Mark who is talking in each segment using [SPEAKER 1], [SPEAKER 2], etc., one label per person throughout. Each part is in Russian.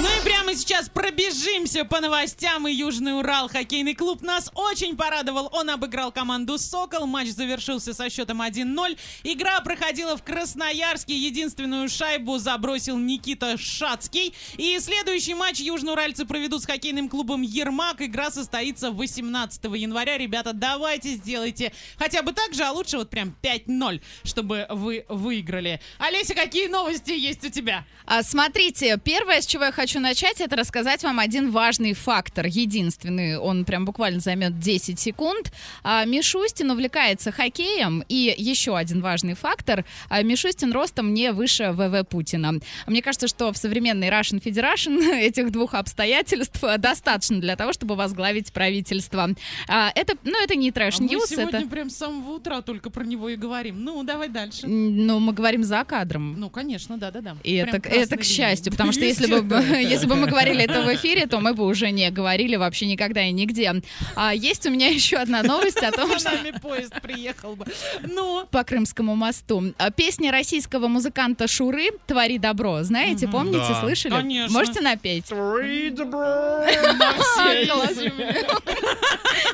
[SPEAKER 1] мы Ну сейчас пробежимся по новостям. И Южный Урал хоккейный клуб нас очень порадовал. Он обыграл команду «Сокол». Матч завершился со счетом 1-0. Игра проходила в Красноярске. Единственную шайбу забросил Никита Шацкий. И следующий матч южноуральцы проведут с хоккейным клубом «Ермак». Игра состоится 18 января. Ребята, давайте сделайте хотя бы так же, а лучше вот прям 5-0, чтобы вы выиграли. Олеся, какие новости есть у тебя?
[SPEAKER 2] А, Смотрите, первое, с чего я хочу начать, это рассказать вам один важный фактор, единственный, он прям буквально займет 10 секунд. А, Мишустин увлекается хоккеем, и еще один важный фактор, а, Мишустин ростом не выше ВВ Путина. Мне кажется, что в современной Russian Federation этих двух обстоятельств а, достаточно для того, чтобы возглавить правительство. А, Это, ну, это
[SPEAKER 1] А
[SPEAKER 2] не
[SPEAKER 1] мы
[SPEAKER 2] трэш-ньюс,
[SPEAKER 1] сегодня
[SPEAKER 2] это...
[SPEAKER 1] прям с самого утра только про него и говорим. Ну, давай дальше.
[SPEAKER 2] М, Ну, мы говорим за кадром.
[SPEAKER 1] Ну, конечно, да-да-да.
[SPEAKER 2] И
[SPEAKER 1] Прям
[SPEAKER 2] это,
[SPEAKER 1] красной
[SPEAKER 2] это к
[SPEAKER 1] линией.
[SPEAKER 2] счастью, потому что если бы,
[SPEAKER 1] Естественно.
[SPEAKER 2] если бы мы говорили это в эфире, то мы бы уже не говорили вообще никогда и нигде. А есть у меня еще одна новость о том,
[SPEAKER 1] За
[SPEAKER 2] что
[SPEAKER 1] нами поезд приехал бы. Ну,
[SPEAKER 2] по Крымскому мосту. А, Песня российского музыканта Шуры «Твори добро». Знаете, помните,
[SPEAKER 3] Да.
[SPEAKER 2] слышали?
[SPEAKER 1] Конечно.
[SPEAKER 2] Можете напеть?
[SPEAKER 3] Three добро.
[SPEAKER 2] А,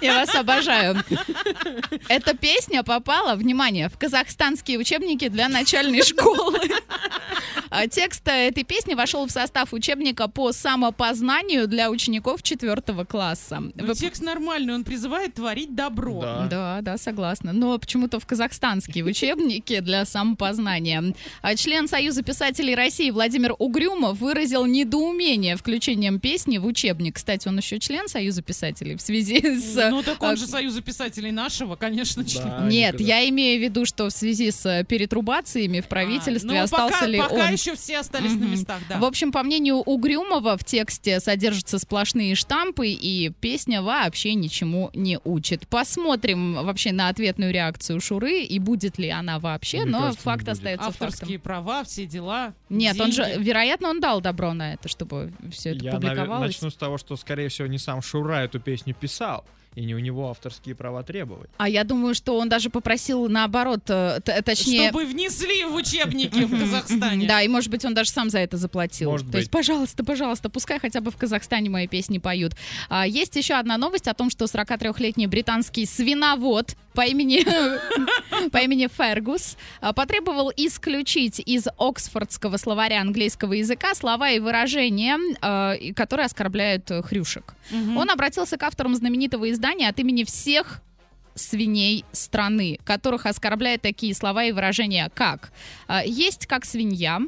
[SPEAKER 2] Я вас обожаю. Эта песня попала, внимание, в казахстанские учебники для начальной школы. А Текст э, этой песни вошел в состав учебника по самопознанию для учеников четвертого класса.
[SPEAKER 1] ну,
[SPEAKER 2] Вы-
[SPEAKER 1] текст нормальный, он призывает творить добро.
[SPEAKER 3] Да.
[SPEAKER 2] Да, да, согласна. Но почему-то в казахстанские учебники для самопознания. А Член Союза писателей России Владимир Угрюмов выразил недоумение включением песни в учебник. Кстати, он еще член Союза писателей в связи с...
[SPEAKER 1] Ну, так он
[SPEAKER 2] а,
[SPEAKER 1] же Союза писателей нашего, конечно, член.
[SPEAKER 3] Да,
[SPEAKER 2] Нет,
[SPEAKER 3] никогда.
[SPEAKER 2] я имею в виду, что в связи с э, перетрубациями в
[SPEAKER 1] А,
[SPEAKER 2] правительстве
[SPEAKER 1] ну,
[SPEAKER 2] остался
[SPEAKER 1] пока,
[SPEAKER 2] ли
[SPEAKER 1] пока
[SPEAKER 2] он.
[SPEAKER 1] еще все остались на
[SPEAKER 2] Мгм.
[SPEAKER 1] местах, да.
[SPEAKER 2] В общем, по мнению Угрюмова, в тексте содержатся сплошные штампы, и песня вообще ничему не учит. Посмотрим вообще на ответную реакцию Шуры, и будет ли она вообще,
[SPEAKER 3] Мне
[SPEAKER 2] но
[SPEAKER 3] кажется,
[SPEAKER 2] факт
[SPEAKER 3] не будет.
[SPEAKER 2] остается
[SPEAKER 1] Авторские
[SPEAKER 2] фактом.
[SPEAKER 1] права, все дела.
[SPEAKER 2] Нет, он же,
[SPEAKER 1] деньги.
[SPEAKER 2] вероятно, он дал добро на это, чтобы все это
[SPEAKER 3] Я, навер-
[SPEAKER 2] публиковалось.
[SPEAKER 3] начну с того, что, скорее всего, не сам Шура эту песню писал, и не у него авторские права требовать.
[SPEAKER 2] А я думаю, что он даже попросил наоборот, э, т- точнее...
[SPEAKER 1] Чтобы внесли в учебники в
[SPEAKER 2] Мгм,
[SPEAKER 1] Казахстане.
[SPEAKER 2] Да, и может быть он даже сам за это заплатил.
[SPEAKER 3] Может
[SPEAKER 2] То есть,
[SPEAKER 3] быть.
[SPEAKER 2] пожалуйста, пожалуйста, пускай хотя бы в Казахстане мои песни поют. А, есть еще одна новость о том, что 43-летний британский свиновод по имени, по имени Фергус а, потребовал исключить из Оксфордского словаря английского языка слова и выражения, а, и которые оскорбляют э, хрюшек.
[SPEAKER 1] Мгм.
[SPEAKER 2] Он обратился к авторам знаменитого издания от имени всех свиней страны, которых оскорбляют такие слова и выражения, как а, «есть как свинья»,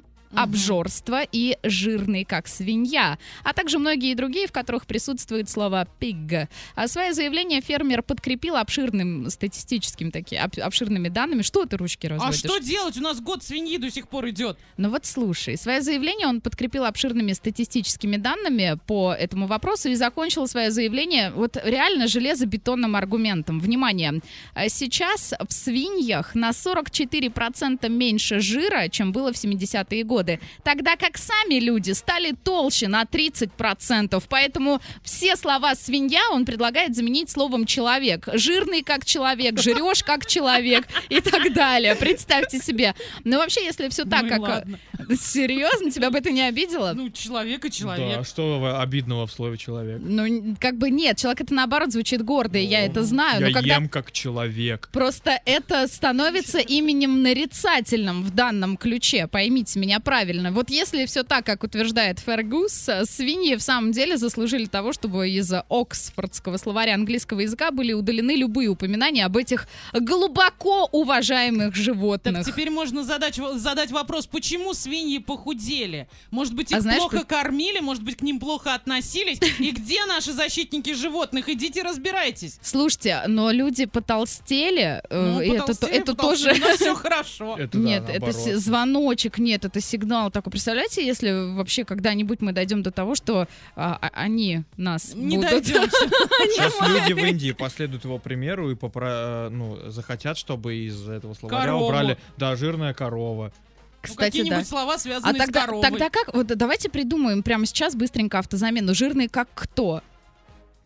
[SPEAKER 2] обжорство и жирный как свинья, а также многие другие, в которых присутствует слово пиг. А свое заявление фермер подкрепил обширным статистическим таки, об- обширными данными. Что ты ручки
[SPEAKER 1] А
[SPEAKER 2] разводишь?
[SPEAKER 1] что делать? У нас год свиньи до сих пор идет.
[SPEAKER 2] Ну вот слушай, свое заявление он подкрепил обширными статистическими данными по этому вопросу и закончил свое заявление вот реально железобетонным аргументом. Внимание, э, сейчас в свиньях на 44% меньше жира, чем было в 70-е годы, тогда как сами люди стали толще на 30%, поэтому все слова «свинья» он предлагает заменить словом «человек». Жирный как человек, жрешь как человек и так далее. Представьте себе. Ну вообще, если все так,
[SPEAKER 1] ну, и
[SPEAKER 2] как...
[SPEAKER 1] ладно.
[SPEAKER 2] Серьезно? Тебя бы это не обидело?
[SPEAKER 1] Ну, человек и
[SPEAKER 3] Да,
[SPEAKER 1] человек.
[SPEAKER 3] что вы обидного в слове человек?
[SPEAKER 2] Ну, н- как бы нет, человек это наоборот звучит гордо, и я это знаю.
[SPEAKER 3] Ну, Я
[SPEAKER 2] но когда
[SPEAKER 3] ем как человек.
[SPEAKER 2] Просто это становится именем нарицательным в данном ключе, поймите меня правильно. Вот если все так, как утверждает Фергус, э, свиньи в самом деле заслужили того, чтобы из э, Оксфордского словаря английского языка были удалены любые упоминания об этих глубоко уважаемых
[SPEAKER 1] Так типа
[SPEAKER 2] животных.
[SPEAKER 1] теперь можно задать, во- задать вопрос, почему свиньи похудели? Может быть, их
[SPEAKER 2] А знаешь,
[SPEAKER 1] плохо
[SPEAKER 2] по-
[SPEAKER 1] кормили, может быть, к ним плохо относились? И где наши защитники животных? Идите разбирайтесь.
[SPEAKER 2] Слушайте, но люди потолстели, э,
[SPEAKER 1] Ну,
[SPEAKER 2] и это, то-
[SPEAKER 1] потолстели,
[SPEAKER 2] это
[SPEAKER 1] потолстели,
[SPEAKER 2] тоже...
[SPEAKER 1] но все хорошо.
[SPEAKER 3] Это да,
[SPEAKER 2] нет, это
[SPEAKER 3] наоборот.
[SPEAKER 2] си- звоночек, нет, это сигнал такой. Представляете, если вообще когда-нибудь мы дойдем до того, что а, а- они нас
[SPEAKER 1] Не Ну,
[SPEAKER 2] будут...
[SPEAKER 1] дойдемся.
[SPEAKER 3] Сейчас люди в Индии последуют его примеру и попро... ну, захотят, чтобы из этого словаря
[SPEAKER 1] Корову.
[SPEAKER 3] убрали да, жирная корова.
[SPEAKER 1] Ну,
[SPEAKER 2] Кстати,
[SPEAKER 1] Какие-нибудь
[SPEAKER 2] да.
[SPEAKER 1] слова,
[SPEAKER 2] А
[SPEAKER 1] связанные с
[SPEAKER 2] тогда,
[SPEAKER 1] коровой.
[SPEAKER 2] тогда как? Вот давайте придумаем прямо сейчас быстренько автозамену. Жирный как кто?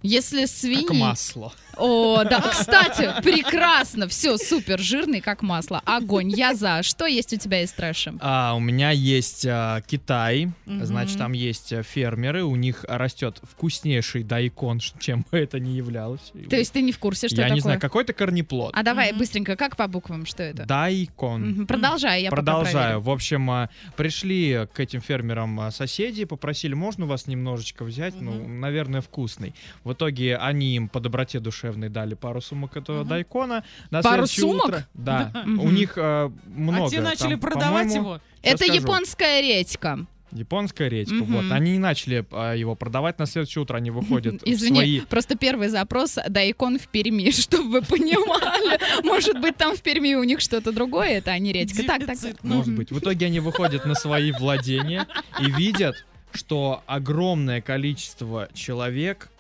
[SPEAKER 2] Если свиньи...
[SPEAKER 3] Как масло.
[SPEAKER 2] О, да, кстати, прекрасно, все, супер, жирный, как масло, огонь, я за. Что есть у тебя из трэша?
[SPEAKER 3] А, у меня есть а, Китай,
[SPEAKER 1] Мгм.
[SPEAKER 3] значит, там есть а, фермеры, у них растет вкуснейший дайкон, ш- чем бы это ни являлось.
[SPEAKER 2] То есть ты не в курсе, что
[SPEAKER 3] Я
[SPEAKER 2] такое?
[SPEAKER 3] не знаю, какой-то корнеплод.
[SPEAKER 2] А давай
[SPEAKER 1] Мгм.
[SPEAKER 2] быстренько, как по буквам, что это?
[SPEAKER 3] Дайкон.
[SPEAKER 2] Мгм, Продолжай, я пока
[SPEAKER 3] Продолжаю.
[SPEAKER 2] проверю.
[SPEAKER 3] В общем, а, пришли к этим фермерам а, соседи, попросили, можно у вас немножечко взять? Ну,
[SPEAKER 1] Мгм.
[SPEAKER 3] наверное, вкусный. В итоге они им по доброте душевной дали пару сумок этого
[SPEAKER 1] Мгм.
[SPEAKER 3] дайкона. На
[SPEAKER 2] Пару
[SPEAKER 3] следующее
[SPEAKER 2] сумок?
[SPEAKER 3] утро- Да.
[SPEAKER 2] Мгм.
[SPEAKER 3] У них а, много.
[SPEAKER 1] а те начали
[SPEAKER 3] Там,
[SPEAKER 1] продавать
[SPEAKER 3] по-моему,
[SPEAKER 1] его.
[SPEAKER 3] щас
[SPEAKER 2] Это
[SPEAKER 3] скажу.
[SPEAKER 2] японская редька.
[SPEAKER 3] Японская редька,
[SPEAKER 2] Мгм.
[SPEAKER 3] вот. Они не начали а, его продавать, на следующее утро они выходят в
[SPEAKER 2] Извини,
[SPEAKER 3] свои...
[SPEAKER 2] просто первый запрос дайкон в Перми, чтобы вы понимали. Может быть, там в Перми у них что-то другое, это а не редька. Так, так,
[SPEAKER 1] Дефицит,
[SPEAKER 2] так.
[SPEAKER 1] ну.
[SPEAKER 3] Может
[SPEAKER 2] Мгм.
[SPEAKER 3] быть. В итоге они выходят на свои владения и видят, что огромное количество человек,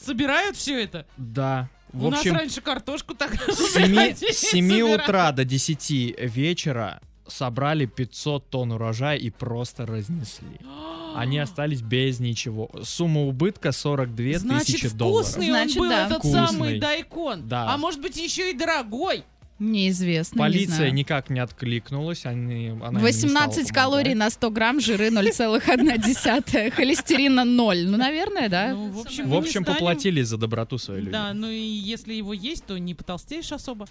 [SPEAKER 1] Собирают все это.
[SPEAKER 3] да, в
[SPEAKER 1] У нас
[SPEAKER 3] общем,
[SPEAKER 1] раньше картошку так
[SPEAKER 3] с 7,
[SPEAKER 1] собирали, собирали.
[SPEAKER 3] утра до 10 вечера собрали 500 тонн урожая и просто разнесли.
[SPEAKER 1] А.
[SPEAKER 3] Они остались без ничего. Сумма убытка 42
[SPEAKER 1] Значит,
[SPEAKER 3] тысячи долларов.
[SPEAKER 1] вкусный
[SPEAKER 2] Значит,
[SPEAKER 1] он был
[SPEAKER 2] да.
[SPEAKER 1] этот
[SPEAKER 3] Вкусный.
[SPEAKER 1] самый дайкон.
[SPEAKER 3] Да.
[SPEAKER 1] А может быть, еще и дорогой.
[SPEAKER 2] Неизвестно, не
[SPEAKER 3] Полиция
[SPEAKER 2] знаю.
[SPEAKER 3] никак не откликнулась. Они, она им не стала
[SPEAKER 2] 18 калорий
[SPEAKER 3] помогать.
[SPEAKER 2] на 100 грамм, жиры 0,1, холестерина 0. Ну, наверное, да.
[SPEAKER 1] Ну, в общем,
[SPEAKER 3] В
[SPEAKER 1] мы не
[SPEAKER 3] общем,
[SPEAKER 1] станем.
[SPEAKER 3] поплатились за доброту своей люди.
[SPEAKER 1] Да, ну и если его есть, то не потолстеешь особо.